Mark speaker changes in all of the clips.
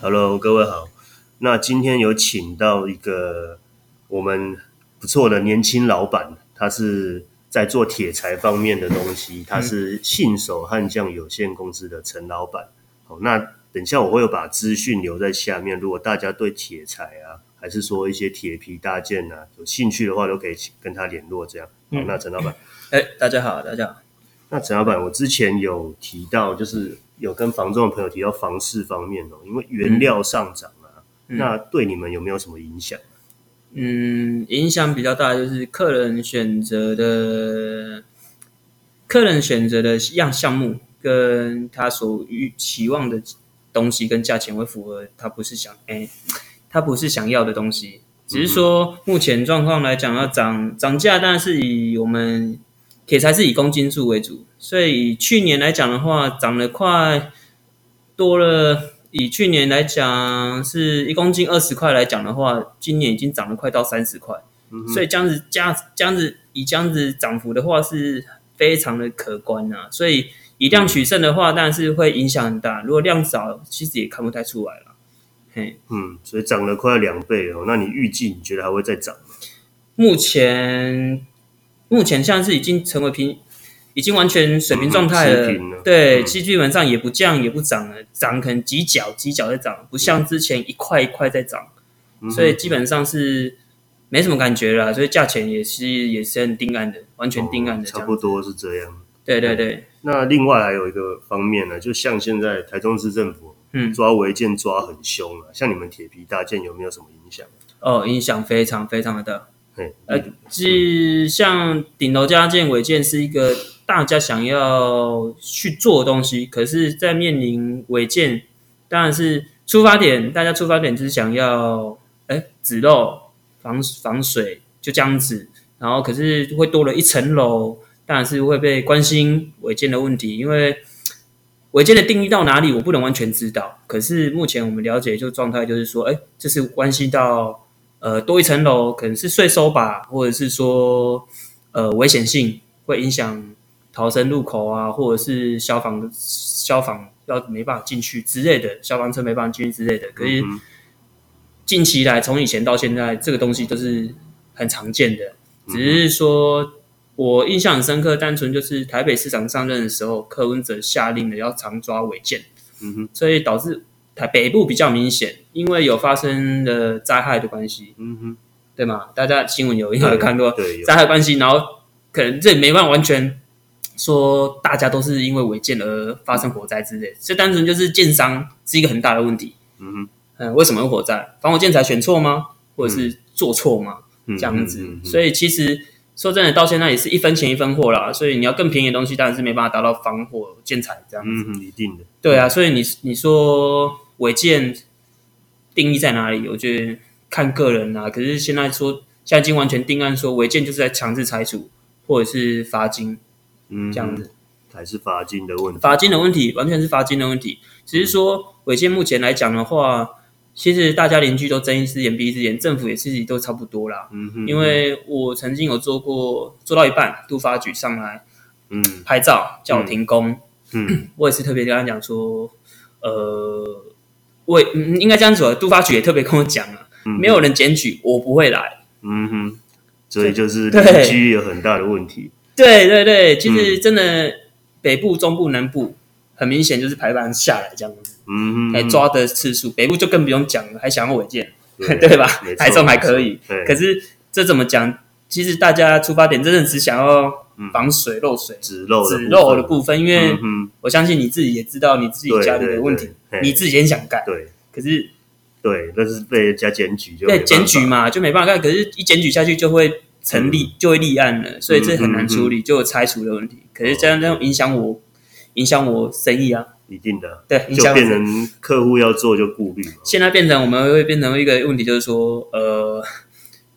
Speaker 1: Hello，各位好。那今天有请到一个我们不错的年轻老板，他是在做铁材方面的东西，他是信手悍匠有限公司的陈老板。好，那等一下我会有把资讯留在下面，如果大家对铁材啊，还是说一些铁皮搭建啊有兴趣的话，都可以请跟他联络。这样，好，那陈老板。
Speaker 2: 哎，大家好，大家好。
Speaker 1: 那陈老板，我之前有提到，就是有跟房仲的朋友提到房市方面哦，因为
Speaker 2: 嗯
Speaker 1: 原料上涨啊，那对你们有没有什么影响？
Speaker 2: 嗯，影响比较大就是客人选择的，客人选择的样项目跟他所预期望的东西跟价钱会符合他不是想哎、他不是想要的东西。只是说目前状况来讲，要涨涨价，当然是以我们铁材是以公斤数为主，所以以去年来讲的话，涨了快多了。以去年来讲，是一公斤二十块来讲的话，今年已经涨了快到三十块，
Speaker 1: 嗯
Speaker 2: 所以这样子价这样子以这样子涨幅的话是非常的可观呐、所以以量取胜的话，当然是会影响很大。如果量少，其实也看不太出来了。嘿，
Speaker 1: 嗯，所以涨了快两倍哦。那你预计你觉得还会再涨吗？
Speaker 2: 目前目前像是已经成为平，已经完全水平状
Speaker 1: 嗯
Speaker 2: 态了。
Speaker 1: 持平了
Speaker 2: 对，
Speaker 1: 嗯
Speaker 2: 其实基本上也不降也不涨了，涨可能几角几角在涨，不像之前一块一块在涨，
Speaker 1: 嗯
Speaker 2: 所以基本上是没什么感觉了啦。所以价钱也是也是很定案的，完全定案的这
Speaker 1: 哦差
Speaker 2: 样。
Speaker 1: 不多是这样。
Speaker 2: 对对对，
Speaker 1: 那另外还有一个方面呢，就像现在台中市政府
Speaker 2: 嗯，
Speaker 1: 抓违建抓很凶啊，像你们铁皮搭建有没有什么影响？
Speaker 2: 哦，影响非常非常的大。
Speaker 1: 嘿，嗯
Speaker 2: 呃，是像顶楼加建、违建是一个大家想要去做的东西，可是，在面临违建，当然是出发点，大家出发点就是想要，哎，止漏、防防水，就这样子。然后，可是会多了一层楼，当然是会被关心违建的问题，因为违建的定义到哪里，我不能完全知道。可是目前我们了解就状态就是说，哎，这是关系到呃多一层楼，可能是税收吧，或者是说呃危险性会影响逃生入口啊，或者是消防消防要没办法进去之类的，消防车没办法进去之类的。可是
Speaker 1: 嗯
Speaker 2: 近期来，从以前到现在，这个东西都是很常见的，只是说。我印象很深刻，单纯就是台北市长上任的时候，柯文哲下令的要常抓违建，
Speaker 1: 嗯哼，
Speaker 2: 所以导致台北部比较明显，因为有发生的灾害的关系，
Speaker 1: 嗯哼，
Speaker 2: 对吗？大家新闻有应该有看过
Speaker 1: 对，有
Speaker 2: 灾害关系，然后可能这也没办法完全说大家都是因为违建而发生火灾之类，这单纯就是建商是一个很大的问题。
Speaker 1: 嗯哼，
Speaker 2: 嗯，为什么会火灾？防火建材选错吗？或者是做错吗？
Speaker 1: 嗯
Speaker 2: 这样子。
Speaker 1: 嗯嗯嗯
Speaker 2: 所以其实说真的，到现在也是一分钱一分货啦。所以你要更便宜的东西，当然是没办法达到防火建材这样子。
Speaker 1: 嗯哼，一定的。
Speaker 2: 对啊，所以你你说违建定义在哪里？我觉得看个人啦、可是现在说，现在已经完全定案说违建就是在强制拆除或者是罚金
Speaker 1: 嗯，
Speaker 2: 这样子。
Speaker 1: 还是罚金的问题。
Speaker 2: 罚金的问题完全是罚金的问题，只是说违建目前来讲的话，其实大家邻居都睁一只眼闭一只眼，政府也自己都差不多啦。
Speaker 1: 嗯哼，
Speaker 2: 因为我曾经有做过，做到一半，都发局上来
Speaker 1: 嗯
Speaker 2: 拍照叫我停工，
Speaker 1: 嗯
Speaker 2: 我也是特别跟他讲说，呃，我也嗯应该这样子，都发局也特别跟我讲啊，
Speaker 1: 嗯
Speaker 2: 没有人检举，我不会来。
Speaker 1: 嗯哼，所以就是
Speaker 2: 对
Speaker 1: 邻居有很大的问题。
Speaker 2: 对对对，其实
Speaker 1: 嗯
Speaker 2: 真的、北部、中部、南部很明显就是排班下来这样子，
Speaker 1: 嗯哼，
Speaker 2: 来哎抓的次数，北部就更不用讲了，还想要违建，
Speaker 1: 对
Speaker 2: 对吧
Speaker 1: 没？错
Speaker 2: 台中还可以，
Speaker 1: 对，
Speaker 2: 可是这怎么讲？其实大家出发点真的只想要
Speaker 1: 嗯
Speaker 2: 防水漏水。
Speaker 1: 纸漏
Speaker 2: 只漏的
Speaker 1: 部
Speaker 2: 部分，因
Speaker 1: 分，
Speaker 2: 为
Speaker 1: 嗯哼，
Speaker 2: 我相信你自己也知道你自己
Speaker 1: 对
Speaker 2: 家里的问题，，
Speaker 1: 对对
Speaker 2: 你自己也想改，
Speaker 1: 对
Speaker 2: 可是
Speaker 1: 对，但是被人家检举就没办
Speaker 2: 对
Speaker 1: 法嗯
Speaker 2: 检举，嘛就没办法干，可是一检举下去就会成立，就会立案了，所以这很难处理，就有拆除的问题。可是这样这样影响我，影响我生意啊，
Speaker 1: 一定的
Speaker 2: 对，影
Speaker 1: 就
Speaker 2: 响我
Speaker 1: 变
Speaker 2: 生意。
Speaker 1: 成客户要做就顾虑嘛。
Speaker 2: 现在变成我们会变成一个问题，就是说，呃，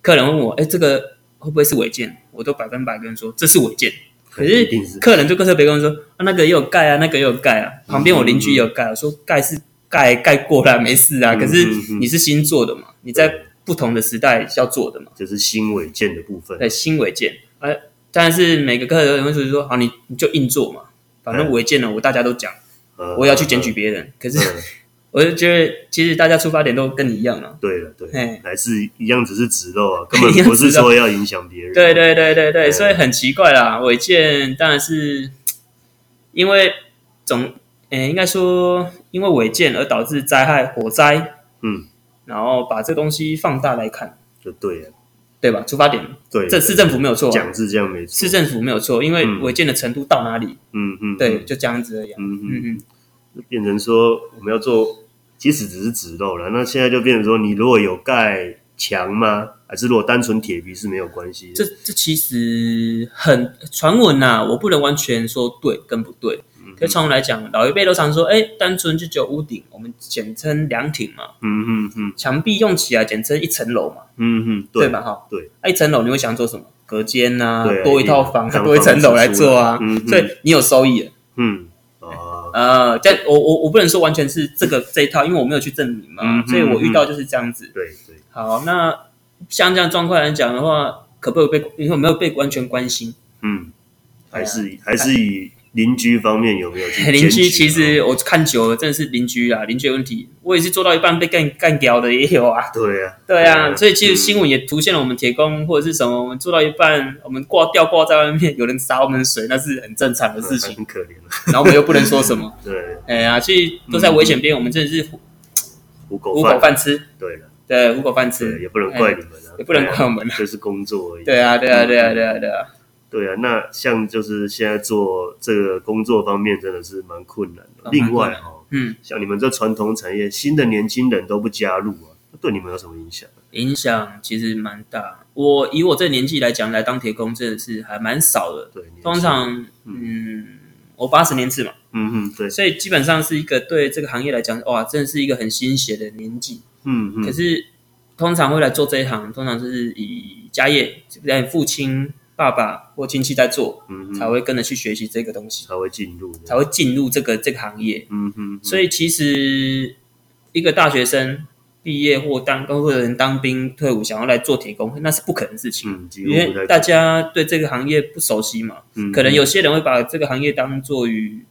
Speaker 2: 客人问我，哎，这个会不会是违建？我都百分百跟人说这是违建。可
Speaker 1: 一定
Speaker 2: 是
Speaker 1: 是
Speaker 2: 客人就特别跟我说，啊，那个也有盖啊，那个也有盖啊，
Speaker 1: 嗯
Speaker 2: 旁边我邻居也有盖、啊，我说盖是盖盖过了、没事啊。
Speaker 1: 嗯
Speaker 2: 可是
Speaker 1: 嗯嗯
Speaker 2: 你是新做的嘛，你在
Speaker 1: 对
Speaker 2: 不同的时代要做的嘛，
Speaker 1: 就是新违建的部分，
Speaker 2: 对，新违建，呃，但是每个客人会说说，好，你你就硬做嘛，反正
Speaker 1: 对
Speaker 2: 违建了，我大家都讲，
Speaker 1: 呃
Speaker 2: 我也要去检举，别人。可是
Speaker 1: 嗯
Speaker 2: 我就觉得其实大家出发点都跟你一样啊了。
Speaker 1: 对了，对
Speaker 2: 嘿，
Speaker 1: 还是一样，只是植肉 啊，根本不是说要影响别人。
Speaker 2: 对对对对对，
Speaker 1: 嗯
Speaker 2: 所以很奇怪啦。违建当然是因为总，诶、应该说因为违建而导致灾害、火灾，
Speaker 1: 嗯，
Speaker 2: 然后把这东西放大来看，
Speaker 1: 就对了，
Speaker 2: 对吧？出发点，
Speaker 1: 对，
Speaker 2: 这市政府没有错啊、
Speaker 1: 讲是这样没错。
Speaker 2: 市政府没有错，因为
Speaker 1: 嗯
Speaker 2: 违建的程度到哪里，
Speaker 1: 嗯嗯，
Speaker 2: 对，就这样子而已啊、
Speaker 1: 嗯嗯，
Speaker 2: 嗯嗯，
Speaker 1: 变成说我们要做，即使只是植肉了，那现在就变成说，你如果有盖墙吗？还是如果单纯铁皮是没有关系的？
Speaker 2: 这这其实很传闻呐、我不能完全说对跟不对。
Speaker 1: 嗯
Speaker 2: 可是传闻来讲，老一辈都常说，哎，单纯就只有屋顶，我们简称凉亭嘛。
Speaker 1: 嗯嗯嗯
Speaker 2: 墙壁用起来简称一层楼嘛，
Speaker 1: 嗯嗯，
Speaker 2: 对
Speaker 1: 对？
Speaker 2: 吧？哈，
Speaker 1: 对，
Speaker 2: 啊一层楼你会想做什么？隔间呐、
Speaker 1: 对啊
Speaker 2: 多一套房，
Speaker 1: 一定
Speaker 2: 多一层楼来做啊，
Speaker 1: 当房子出来嗯
Speaker 2: 所以你有收益了。
Speaker 1: 嗯啊，
Speaker 2: 呃，但我我我不能说完全是这个这一套，因为我没有去证明嘛，
Speaker 1: 嗯哼
Speaker 2: 所以我遇到就是这样子。
Speaker 1: 对对，
Speaker 2: 好，那像这样状况来讲的话，可不可以被你有没有被完全 关心？
Speaker 1: 嗯，还是还是以邻居方面有没有去
Speaker 2: 邻
Speaker 1: 检举啊
Speaker 2: 居其实我看久了，真的是邻居啊，邻居有问题，我也是做到一半被干干掉的也有啊。
Speaker 1: 对啊，
Speaker 2: 对啊，所以其实
Speaker 1: 嗯
Speaker 2: 新闻也凸现了我们铁工或者是什么，我们做到一半，我们挂吊挂在外面，有人洒我们的水，那是很正常的事 情。
Speaker 1: 很可怜啊，
Speaker 2: 然后我们又不能说什么，
Speaker 1: 对，
Speaker 2: 哎呀，所以都在危险边，我们真的是
Speaker 1: 糊
Speaker 2: 糊
Speaker 1: 口
Speaker 2: 口
Speaker 1: 饭，
Speaker 2: 饭吃，
Speaker 1: 对了，
Speaker 2: 对，糊口饭
Speaker 1: 对，
Speaker 2: 吃，
Speaker 1: 也不能怪你们啊，
Speaker 2: 也不能怪我们
Speaker 1: 对啊，这是工作而已。
Speaker 2: 对啊，对啊，对啊，对啊，对啊，
Speaker 1: 对啊，那像就是现在做这个工作方面真的是蛮困难的。
Speaker 2: 哦
Speaker 1: 另外哦，
Speaker 2: 嗯，
Speaker 1: 像你们这传统产业，新的年轻人都不加入啊，那对你们有什么影响？啊
Speaker 2: 影响其实蛮大。我以我这年纪来讲，来当铁工真的是还蛮少的。
Speaker 1: 对，年轻
Speaker 2: 通，常，嗯，我八十年次嘛，
Speaker 1: 嗯嗯，对，
Speaker 2: 所以基本上是一个对这个行业来讲，哇，真的是一个很新血的年纪。
Speaker 1: 嗯
Speaker 2: 可
Speaker 1: 嗯，
Speaker 2: 是通常会来做这一行，通常就是以家业，在父亲、爸爸或亲戚在做，
Speaker 1: 嗯
Speaker 2: 才
Speaker 1: 嗯，
Speaker 2: 会跟着去学习这个东西，
Speaker 1: 才会进入的，
Speaker 2: 才会进入这个这个行业。
Speaker 1: 嗯嗯，
Speaker 2: 所以其实一个大学生毕业或当或者人当兵退伍，想要来做铁工，那是不可能的事情。
Speaker 1: 嗯，几
Speaker 2: 因
Speaker 1: 乎不
Speaker 2: 为
Speaker 1: 太
Speaker 2: 大家对这个行业不熟悉嘛，
Speaker 1: 嗯
Speaker 2: 可能有些人会把这个行业当做于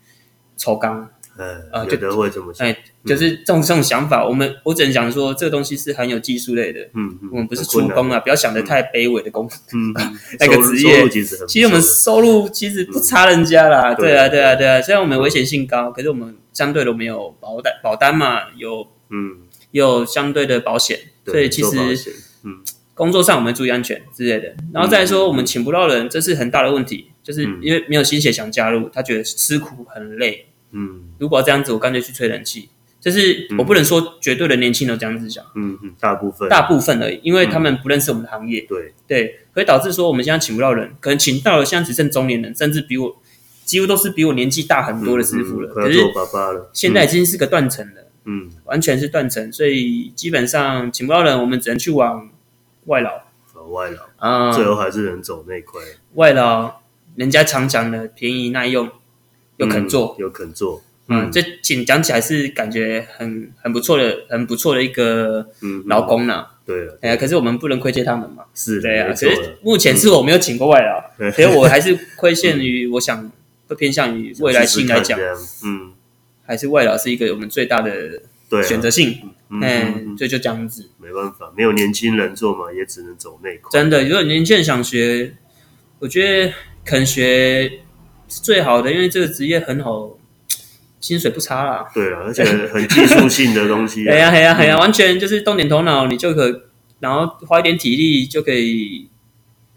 Speaker 2: 丑钢，
Speaker 1: 呃
Speaker 2: 啊，就
Speaker 1: 有的会这么想，
Speaker 2: 哎，就是这种这种想法。我们我只能讲说，这个东西是很有技术类的，
Speaker 1: 嗯嗯，
Speaker 2: 我们不是
Speaker 1: 很
Speaker 2: 出
Speaker 1: 困难
Speaker 2: 工啊，不要想的太卑微的工。
Speaker 1: 嗯，嗯
Speaker 2: 那个
Speaker 1: 收入
Speaker 2: 职业
Speaker 1: 收入其实很不错，
Speaker 2: 其实我们收入其实不差人家啦，
Speaker 1: 嗯
Speaker 2: 对啊，对啊，对啊。虽然我们
Speaker 1: 嗯
Speaker 2: 危险性高，可是我们相对的我们有保单，保单嘛，有
Speaker 1: 嗯，
Speaker 2: 有相对的保险，
Speaker 1: 对
Speaker 2: 所以其
Speaker 1: 做保
Speaker 2: 实
Speaker 1: 险嗯
Speaker 2: 工作上我们注意安全之类的。然后再来说，我们请不到人，这是很大的问题，就是
Speaker 1: 嗯
Speaker 2: 因为没有心血想加入，他觉得吃苦很累。
Speaker 1: 嗯
Speaker 2: 如果要这样子，我干脆去吹冷气。就是我不能说绝对的年轻人这样子想，
Speaker 1: 嗯嗯，大部分
Speaker 2: 大部分而已，因为他
Speaker 1: 嗯
Speaker 2: 们不认识我们的行业，
Speaker 1: 对，
Speaker 2: 对，会导致说我们现在请不到人，可能请到了现在只剩中年人，甚至比我几乎都是比我年纪大很多的师傅了。
Speaker 1: 嗯嗯快
Speaker 2: 可
Speaker 1: 要
Speaker 2: 是
Speaker 1: 做爸爸了，
Speaker 2: 现在已经是个断层了，
Speaker 1: 嗯，嗯，
Speaker 2: 完全是断层，所以基本上请不到人，我们只能去往外劳
Speaker 1: 老外了。
Speaker 2: 啊、
Speaker 1: 最后还是哦能走那一块，
Speaker 2: 外劳人家常讲的便宜耐用又肯做，
Speaker 1: 嗯，有肯做，
Speaker 2: 嗯，这请讲起来是感觉很很不错的，很不错的一个
Speaker 1: 嗯，
Speaker 2: 劳工啦。
Speaker 1: 对了，
Speaker 2: 哎呀，可是我们不能亏欠他们嘛。
Speaker 1: 嗯是的嗯
Speaker 2: 对啊，
Speaker 1: 没
Speaker 2: 可
Speaker 1: 错
Speaker 2: 是
Speaker 1: 了，
Speaker 2: 目前是我没有请过外劳，
Speaker 1: 嗯
Speaker 2: 所以我还是亏欠于，我想会偏向于未来性来
Speaker 1: 试试
Speaker 2: 讲
Speaker 1: 看，这样，嗯，
Speaker 2: 还是外劳是一个我们最大的
Speaker 1: 对啊，
Speaker 2: 选择性。
Speaker 1: 嗯，嗯，
Speaker 2: 嗯，所以就这样子，
Speaker 1: 没办法，没有年轻人做嘛，也只能走那一块，
Speaker 2: 真的，如果年轻人想学，我觉得肯学是最好的，因为这个职业很好，薪水不差啦。
Speaker 1: 对了，而且很技术性的东 西啊，
Speaker 2: 哎呀，哎呀，哎呀，完全就是动点头脑，你就可，然后花一点体力就可以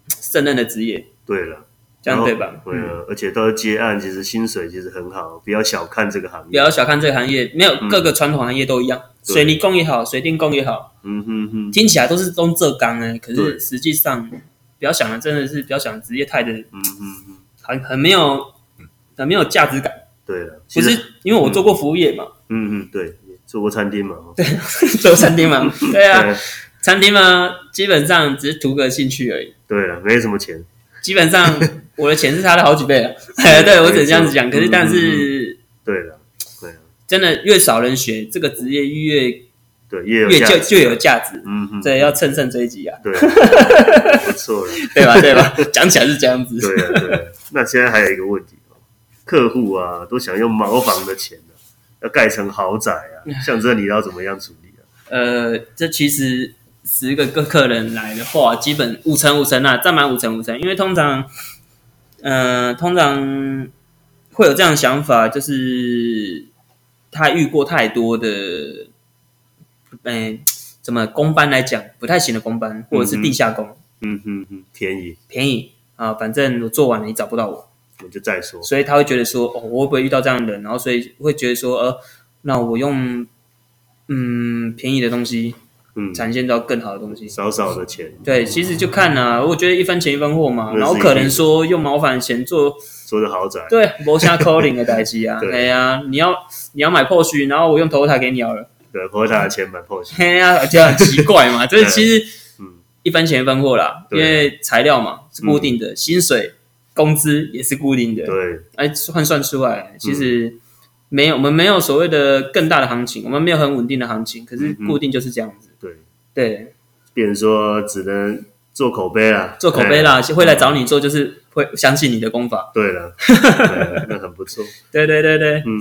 Speaker 2: 胜任的职业，
Speaker 1: 对了。
Speaker 2: 这样
Speaker 1: 然后
Speaker 2: 对吧？
Speaker 1: 对
Speaker 2: 嗯
Speaker 1: 啊，而且到接案，其实薪水其实很好，不要小看这个行业。
Speaker 2: 不要小看这个行业，没有
Speaker 1: 嗯
Speaker 2: 各个传统行业都一样，
Speaker 1: 对
Speaker 2: 水泥工也好，水电工也好，
Speaker 1: 嗯哼哼，
Speaker 2: 听起来都是都浙钢哎，可是
Speaker 1: 对
Speaker 2: 实际上不要想了，真的是不要想职业态的
Speaker 1: 嗯哼哼，
Speaker 2: 很很没有很没有价值感。
Speaker 1: 对了，
Speaker 2: 不
Speaker 1: 其实，
Speaker 2: 是因为我做过服务业嘛，
Speaker 1: 嗯嗯，对，做过餐厅嘛，哦
Speaker 2: 啊做餐 厅嘛，对啊，
Speaker 1: 对
Speaker 2: 餐厅嘛，基本上只是图个兴趣而已。
Speaker 1: 对了，没什么钱，
Speaker 2: 基本 上我的钱是他的好几倍了，啊 对我只能这样子讲。可是
Speaker 1: 嗯
Speaker 2: 但是
Speaker 1: 对了，对啊，
Speaker 2: 真的越少人学这个职业，越
Speaker 1: 对，也有
Speaker 2: 越
Speaker 1: 价
Speaker 2: 就
Speaker 1: 值
Speaker 2: 就有价值。
Speaker 1: 嗯哼，
Speaker 2: 对，要乘胜追击啊，
Speaker 1: 对，不错了，
Speaker 2: 对吧？对 吧？讲起来是这样子。
Speaker 1: 对啊对啊。那现在还有一个问题哦，客户啊都想用茅房的钱呢、啊，要盖成豪宅啊，像这你要怎么样处理啊？
Speaker 2: 呃，这其实十个个客人来的话，基本五成五成啊，占满五成五成。因为通常，呃，通常会有这样的想法，就是他遇过太多的，哎、怎么公班来讲不太行的公班，或者是地下工、
Speaker 1: 嗯哼哼，便宜
Speaker 2: 便宜啊、反正我做完了你找不到我。
Speaker 1: 我就再说，
Speaker 2: 所以他会觉得说，哦，我会不会遇到这样的人？然后所以会觉得说，呃，那我用嗯便宜的东西
Speaker 1: 嗯，
Speaker 2: 展现到更好的东西。
Speaker 1: 少少的钱，
Speaker 2: 对，其实就看啊，我觉得一分钱一分货嘛。
Speaker 1: 那是
Speaker 2: 然后可能说用毛发钱做，
Speaker 1: 说的豪宅，
Speaker 2: 对，磨下 calling 的代机 啊，
Speaker 1: 对
Speaker 2: 哎呀，你要你要买 POS，然后我用头台给你好了，
Speaker 1: 对，不会他的钱买 POS，
Speaker 2: 嘿呀，就很奇怪 嘛。这其实
Speaker 1: 嗯，
Speaker 2: 一分钱一分货啦，因
Speaker 1: 对嗯
Speaker 2: 为材料嘛是固定的，薪水工资也是固定的，
Speaker 1: 对，嗯
Speaker 2: 哎，换算出来，其实没有，我们没有所谓的更大的行情，我们没有很稳定的行情，可是
Speaker 1: 嗯哼
Speaker 2: 固定就是这样子。
Speaker 1: 对，
Speaker 2: 对，
Speaker 1: 变成说只能做口碑啊啦，
Speaker 2: 做口碑啦，
Speaker 1: 嗯
Speaker 2: 会来找你做，就是会相信你的功
Speaker 1: 哎，
Speaker 2: 法。
Speaker 1: 对 了，对那很不错。
Speaker 2: 对对对对，
Speaker 1: 嗯，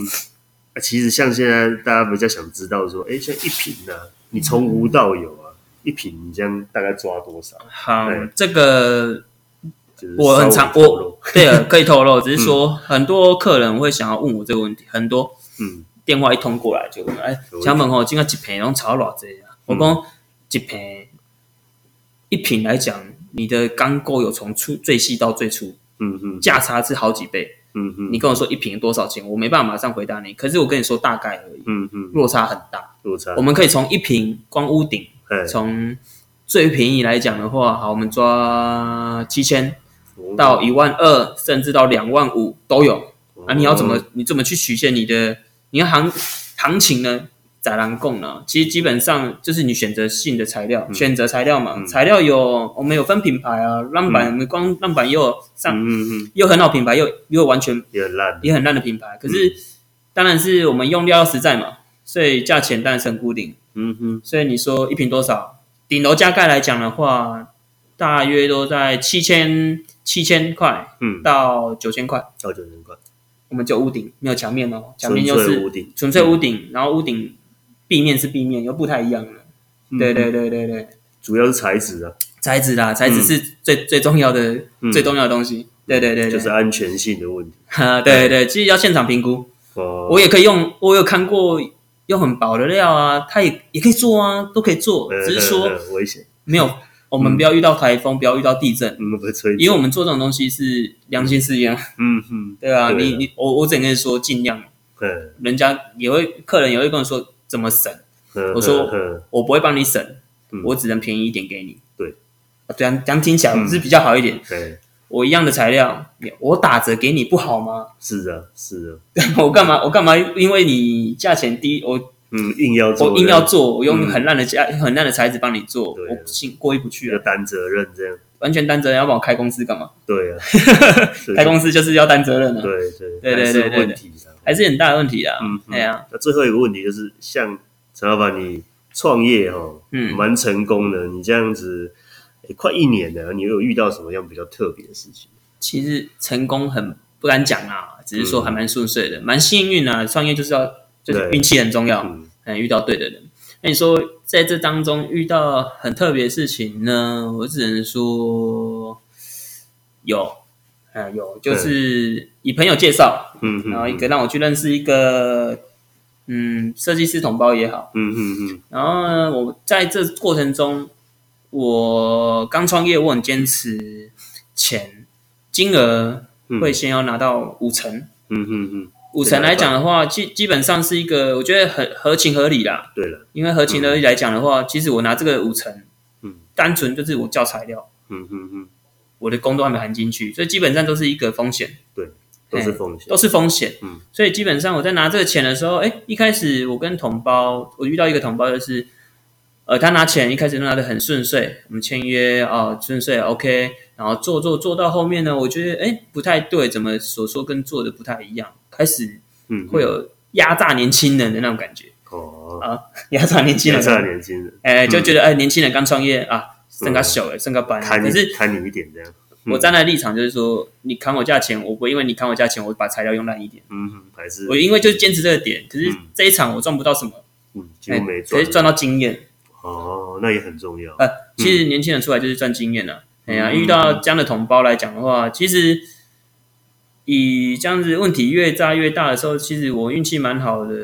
Speaker 1: 啊其实像现在大家比较想知道说，哎，像一瓶呢、你从无到有啊，一瓶你这样大概抓多少？
Speaker 2: 好
Speaker 1: 对，
Speaker 2: 这个
Speaker 1: 就是
Speaker 2: 我很
Speaker 1: 稍微
Speaker 2: 常
Speaker 1: 透露
Speaker 2: 我对了，可以透露，只是说很多客人会想要问我这个问题，很多
Speaker 1: 嗯
Speaker 2: 电话一通过来就问，哎，想问吼，今个一瓶拢炒偌济啊？
Speaker 1: 嗯
Speaker 2: 我讲一瓶一瓶来讲，你的钢构有从粗最细到最粗，
Speaker 1: 嗯嗯
Speaker 2: 价差是好几倍。
Speaker 1: 嗯嗯
Speaker 2: 你跟我说一瓶多少钱，我没办法马上回答你。可是我跟你说大概而已，
Speaker 1: 嗯嗯，
Speaker 2: 落差很大。
Speaker 1: 落差
Speaker 2: 我，们可以从一瓶光屋顶，
Speaker 1: 哎，
Speaker 2: 从最便宜来讲的话，好，我们抓七千
Speaker 1: 我
Speaker 2: 到一万二，甚至到两万五都有
Speaker 1: 哦
Speaker 2: 啊。你要怎么你怎么去曲线你的你的行行情呢？宅狼供呢？其实基本上就是你选择性的材料，选择材料嘛。材料有我们有分品牌啊，浪板我们光浪板也有上，
Speaker 1: 嗯嗯嗯，
Speaker 2: 也有很好品牌，也有也有完全
Speaker 1: 也很烂，
Speaker 2: 也很烂的品牌，可是、当然是我们用料要实在嘛，所以价钱当然是很固定。
Speaker 1: 嗯哼，
Speaker 2: 所以你说一瓶多少？顶楼加盖来讲的话，大约都在七千七千块
Speaker 1: 嗯，
Speaker 2: 到九千块。
Speaker 1: 到九千块，
Speaker 2: 我们就屋顶没有墙面哦，墙
Speaker 1: 纯
Speaker 2: 面又
Speaker 1: 粹
Speaker 2: 是
Speaker 1: 屋顶，
Speaker 2: 纯粹屋顶，然后屋顶壁面是壁面，又不太一样了。
Speaker 1: 嗯
Speaker 2: 对对，对对对，
Speaker 1: 主要是材质啊，
Speaker 2: 材质啦，材质是最、最重要的、
Speaker 1: 嗯
Speaker 2: 最重要的东西。对对对对，
Speaker 1: 就是啊安全性的问题。
Speaker 2: 啊，对对，其实要现场评估。
Speaker 1: 哦，
Speaker 2: 我也可以用，我有看过用很薄的料啊，它也也可以做啊，都可以做，
Speaker 1: 呃
Speaker 2: 只是说
Speaker 1: 呃危险，
Speaker 2: 没有，我们不要遇到台风，不要遇到地震，
Speaker 1: 嗯，不会吹，
Speaker 2: 因为我们做这种东西是良心事业嘛，
Speaker 1: 嗯嗯，
Speaker 2: 对啊，
Speaker 1: 对啊
Speaker 2: 你你我我只能说尽量，
Speaker 1: 嗯
Speaker 2: 人家也会客人也会跟我说怎么省，
Speaker 1: 嗯，
Speaker 2: 我说
Speaker 1: 嗯
Speaker 2: 我不会帮你省
Speaker 1: 嗯，
Speaker 2: 我只能便宜一点给你。
Speaker 1: 对
Speaker 2: 啊，这样这样听起来
Speaker 1: 嗯
Speaker 2: 是比较好一点。
Speaker 1: 对，
Speaker 2: 我一样的材料，我打折给你不好吗？
Speaker 1: 是啊是啊，
Speaker 2: 我干嘛我干嘛？因为你价钱低，我
Speaker 1: 嗯，硬要做，
Speaker 2: 我哦硬要做，我用
Speaker 1: 嗯
Speaker 2: 很烂的价、很烂的材质帮你做，
Speaker 1: 对
Speaker 2: 我心过意不去
Speaker 1: 要
Speaker 2: 啊，
Speaker 1: 担责任这样，
Speaker 2: 完全担责任，要帮我开公司干嘛？
Speaker 1: 对 啊，对
Speaker 2: 开公司就是要担责任啊，
Speaker 1: 对对
Speaker 2: 对对
Speaker 1: 还是
Speaker 2: 对对
Speaker 1: 问题啊，
Speaker 2: 还是很大的问题啊。
Speaker 1: 嗯，
Speaker 2: 对啊，
Speaker 1: 那最后一个问题就是，像陈老板你创业哦，
Speaker 2: 嗯
Speaker 1: 蛮成功的，你这样子。诶快一年了，你有遇到什么样比较特别的事情？
Speaker 2: 其实成功很不敢讲啊，只是说还蛮顺遂的，蛮幸运啊。创业就是要就
Speaker 1: 嗯
Speaker 2: 是
Speaker 1: 对
Speaker 2: 运气很重要，
Speaker 1: 嗯
Speaker 2: 嗯，遇到对的人。那你说在这当中遇到很特别的事情呢？我只能说有，嗯、有，就是以朋友介绍。
Speaker 1: 嗯
Speaker 2: 然后一
Speaker 1: 嗯
Speaker 2: 个让我去认识一个，嗯，设计师同胞也好。
Speaker 1: 嗯嗯嗯
Speaker 2: 然后呢，我在这过程中，我刚创业，我很坚持钱金额
Speaker 1: 嗯，
Speaker 2: 会先要拿到五成。
Speaker 1: 嗯嗯嗯，
Speaker 2: 五成来讲的话，基基本上是一个我觉得很合情合理啦。
Speaker 1: 对了，
Speaker 2: 因为合情合理来讲的话，其实我拿这个五成，
Speaker 1: 嗯，
Speaker 2: 单纯就是我教材料，
Speaker 1: 嗯嗯嗯，
Speaker 2: 我的工都还没含进去，所以基本上都是一个风险。
Speaker 1: 都是风险
Speaker 2: 哎都，是风险。
Speaker 1: 嗯
Speaker 2: 所以基本上我在拿这个钱的时候，哎、一开始我跟同胞，我遇到一个同胞就是，呃，他拿钱一开始都拿的很顺遂，我们签约哦，顺遂 OK，然后做做做到后面呢，我觉得哎、诶不太对，怎么所说跟做的不太一样，开始
Speaker 1: 嗯，
Speaker 2: 会有压榨年轻人的那种感觉，
Speaker 1: 哦，
Speaker 2: 啊压榨年轻
Speaker 1: 现
Speaker 2: 人，
Speaker 1: 在年轻人哦
Speaker 2: 哎、就觉得哎、诶年轻人刚创业啊，剩个小了，剩个班，
Speaker 1: 贪
Speaker 2: 可
Speaker 1: 你
Speaker 2: 是
Speaker 1: 贪你一点这样，
Speaker 2: 我站在立场就是说，你砍我价钱，我不会因为你砍我价钱，我把材料用烂一点。
Speaker 1: 嗯哼，还是
Speaker 2: 我因为就是坚持这个点，可是这一场我赚不到什么，
Speaker 1: 嗯几
Speaker 2: 哎
Speaker 1: 乎没
Speaker 2: 可
Speaker 1: 赚
Speaker 2: 是赚到经验。
Speaker 1: 哦，那也很重要。
Speaker 2: 呃，其实年轻人出来就是赚经验的、哎呀、
Speaker 1: 嗯
Speaker 2: 遇到这样的同胞来讲的话，其实以这样子问题越炸越大的时候，其实我运气蛮好的。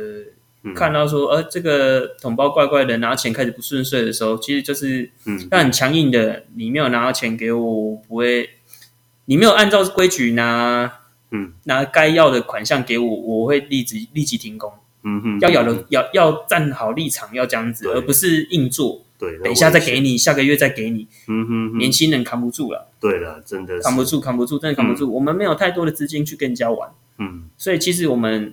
Speaker 1: 嗯
Speaker 2: 看到说，呃，这个同胞怪怪的，拿钱开始不顺遂的时候，其实就是
Speaker 1: 嗯
Speaker 2: 那很强硬的，你没有拿到钱给我，我不会，你没有按照规矩拿
Speaker 1: 嗯
Speaker 2: 拿该要的款项给我，我会立即立即停工。
Speaker 1: 嗯哼，
Speaker 2: 要咬的要要站好立场，要这样子，
Speaker 1: 对
Speaker 2: 而不是硬做。
Speaker 1: 对，那
Speaker 2: 等一下再
Speaker 1: 危险
Speaker 2: 给。你，下个月再给你。
Speaker 1: 嗯哼
Speaker 2: 年
Speaker 1: 哼，
Speaker 2: 轻人扛不住了，
Speaker 1: 对了，真的是
Speaker 2: 扛不。住，扛不住，真的扛不住。我们没有太多的资金去跟人家玩，
Speaker 1: 嗯
Speaker 2: 所以其实我们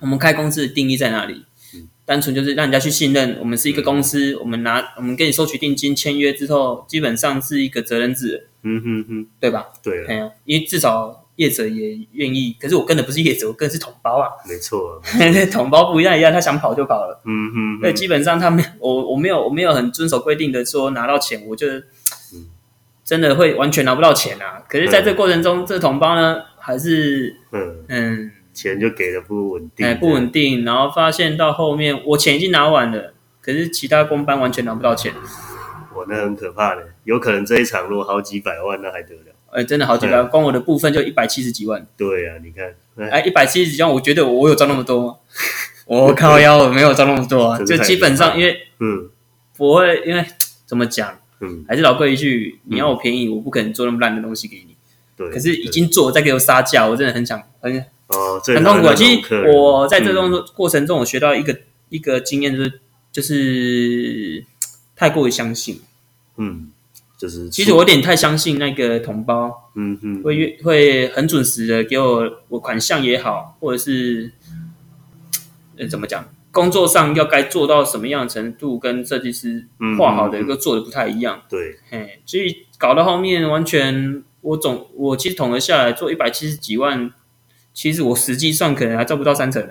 Speaker 2: 我们开公司的定义在哪里
Speaker 1: 嗯？
Speaker 2: 单纯就是让人家去信任，我们是一个
Speaker 1: 嗯
Speaker 2: 公司，我们拿我们跟你收取定金，签约之后，基本上是一个责任制，
Speaker 1: 嗯哼哼，
Speaker 2: 对吧？
Speaker 1: 对了，
Speaker 2: 哎呀，因为至少业者也愿意，可是我跟的不是业者，我跟的是同胞啊，
Speaker 1: 没错。
Speaker 2: 同胞不一样一样，他想跑就跑了。
Speaker 1: 嗯哼
Speaker 2: 对，
Speaker 1: 哼，
Speaker 2: 基本上他们我我没有我没有很遵守规定的说拿到钱，我就
Speaker 1: 嗯
Speaker 2: 真的会完全拿不到钱啊。可是，在这过程中，这同胞呢还是
Speaker 1: 嗯，
Speaker 2: 嗯
Speaker 1: 钱就给的不稳定，
Speaker 2: 哎不稳定，然后发现到后面我钱已经拿完了，可是其他工班完全拿不到钱，
Speaker 1: 我那很可怕的，有可能这一场如果好几百万，那还得了？
Speaker 2: 呃，真的好几百，光我的部分就一百七十几万，
Speaker 1: 对啊，你看，哎，
Speaker 2: 哎，一百七十几万，我觉得我有赚那么多吗？我靠腰，我没有赚那么多啊，
Speaker 1: 真
Speaker 2: 就
Speaker 1: 的太
Speaker 2: 基本
Speaker 1: 可怕
Speaker 2: 上
Speaker 1: 了
Speaker 2: 因为
Speaker 1: 嗯
Speaker 2: 不会，因为怎么讲，
Speaker 1: 嗯，
Speaker 2: 还是老贵一句，你要我便宜，我不可能做那么烂的东西给你。
Speaker 1: 对。
Speaker 2: 可是已经做，再给我杀价，我真的很想很
Speaker 1: 对哦，最
Speaker 2: 很
Speaker 1: 讨
Speaker 2: 痛
Speaker 1: 厌
Speaker 2: 苦
Speaker 1: 那
Speaker 2: 啊。其
Speaker 1: 种客
Speaker 2: 实
Speaker 1: 人
Speaker 2: 我在这
Speaker 1: 嗯
Speaker 2: 种过程中，我学到一个、一个经验，就是就是太过于相信。
Speaker 1: 嗯，就是
Speaker 2: 其实我有点太相信那个同胞，
Speaker 1: 嗯哼
Speaker 2: 会越会很准时的给我我款项也好，或者是呃怎么讲，工作上要该做到什么样的程度，跟设计师
Speaker 1: 嗯
Speaker 2: 画好的
Speaker 1: 嗯嗯
Speaker 2: 一个做的不太一样。
Speaker 1: 对，
Speaker 2: 嘿，所以搞到后面完全，我总我其实统合下来做一百七十几万，其实我实际算可能还赚不到三成，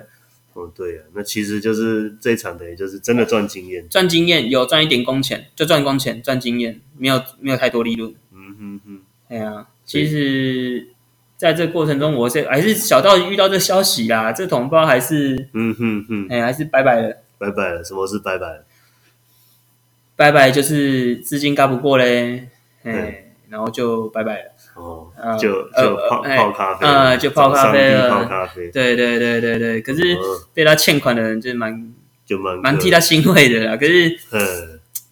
Speaker 1: 哦对啊，那其实就是这一场等于就是真的赚经验，
Speaker 2: 赚经验有赚一点工钱，就赚工钱赚经验，没有没有太多利润。
Speaker 1: 嗯哼哼，
Speaker 2: 哎呀、啊，
Speaker 1: 所以
Speaker 2: 其实在这过程中，我是还是小道遇到这消息啦，这同胞还是
Speaker 1: 嗯哼哼，
Speaker 2: 哎还是拜拜了，
Speaker 1: 拜拜了，什么是拜拜了？
Speaker 2: 拜拜就是资金干不过嘞，
Speaker 1: 对
Speaker 2: 哎，然后就拜拜了。
Speaker 1: 哦，
Speaker 2: 呃
Speaker 1: 就
Speaker 2: 呃
Speaker 1: 就
Speaker 2: 呃
Speaker 1: 泡
Speaker 2: 哎
Speaker 1: 泡咖啡，
Speaker 2: 呃就泡咖
Speaker 1: 找
Speaker 2: 啡
Speaker 1: 上帝
Speaker 2: 了
Speaker 1: 泡咖啡，
Speaker 2: 对对对对对，可是
Speaker 1: 嗯，
Speaker 2: 被他欠款的人就是蛮
Speaker 1: 就蛮
Speaker 2: 蛮替他欣慰的啦。可是
Speaker 1: 嗯，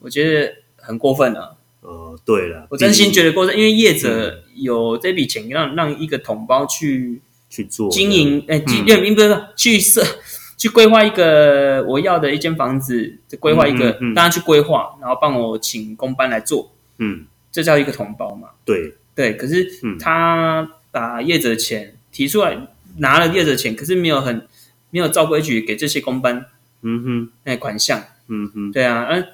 Speaker 2: 我觉得很过分啊！
Speaker 1: 哦对了，
Speaker 2: 我真心觉
Speaker 1: 得
Speaker 2: 得过分，因为业者有这笔钱让让一个同胞去
Speaker 1: 去做
Speaker 2: 经，营，哎、
Speaker 1: 嗯
Speaker 2: 经并不是去设去规划一个我要的一间房子，就规划一
Speaker 1: 嗯
Speaker 2: 个，
Speaker 1: 嗯嗯
Speaker 2: 大家去规划，然后帮我请工班来做，
Speaker 1: 嗯，
Speaker 2: 这叫一个同胞嘛？
Speaker 1: 对，
Speaker 2: 对，可是
Speaker 1: 嗯
Speaker 2: 他把业者钱提出来，拿了业者钱，可是没有很没有照规矩给这些工班
Speaker 1: 嗯哼，
Speaker 2: 哎款项。
Speaker 1: 嗯哼，
Speaker 2: 对啊，嗯、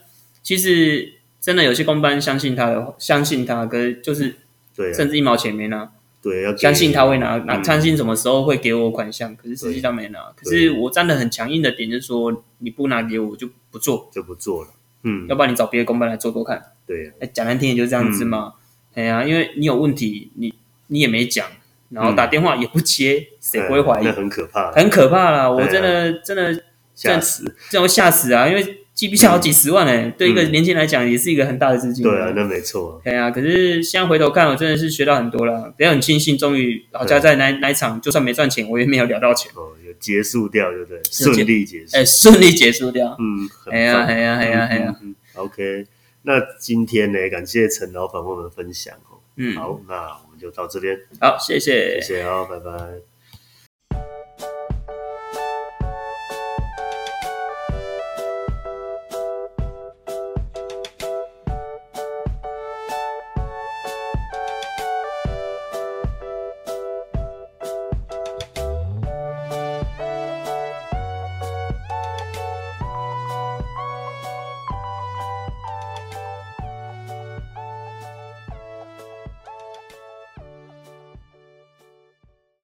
Speaker 2: 其实真的有些公班相信他的，相信他，可是就是
Speaker 1: 对啊
Speaker 2: 甚至一毛钱没拿，
Speaker 1: 对，要给
Speaker 2: 相信他会拿拿，
Speaker 1: 嗯
Speaker 2: 相信什么时候会给我款项，可是实际上没拿。可是我站得很强硬的点就是说，你不拿给我，我就不做，
Speaker 1: 就不做了，嗯，
Speaker 2: 要不然你找别的公班来做做看。
Speaker 1: 对啊，
Speaker 2: 哎，讲难听点就是这样子嘛。
Speaker 1: 嗯
Speaker 2: 哎呀、因为你有问题，你你也没讲，然后打电话也不接，谁不会怀疑
Speaker 1: 那？很可怕，
Speaker 2: 很可怕啦！我
Speaker 1: 对啊
Speaker 2: 真的真的
Speaker 1: 吓死，
Speaker 2: 这种吓死啊！因为 G B 下好几十万哎、对一个年轻人来讲也是一个很大的资金。
Speaker 1: 嗯对啊，那没错啊，
Speaker 2: 对啊，可是现在回头看，我真的是学到很多了，也很庆幸，终于老家在那那一场，就算没赚钱，我也没有聊到 钱，
Speaker 1: 哦，有结束掉，对不对？顺利结束
Speaker 2: 哎、，顺利结束掉。
Speaker 1: 嗯，很
Speaker 2: 哎呀，
Speaker 1: 棒。
Speaker 2: 哎呀，哎呀，哎呀，
Speaker 1: 嗯嗯嗯，OK，那今天呢，感谢陈老板为我们分享哦。
Speaker 2: 嗯，
Speaker 1: 好，那我们就到这边，
Speaker 2: 好，谢谢
Speaker 1: 谢谢哦，拜拜。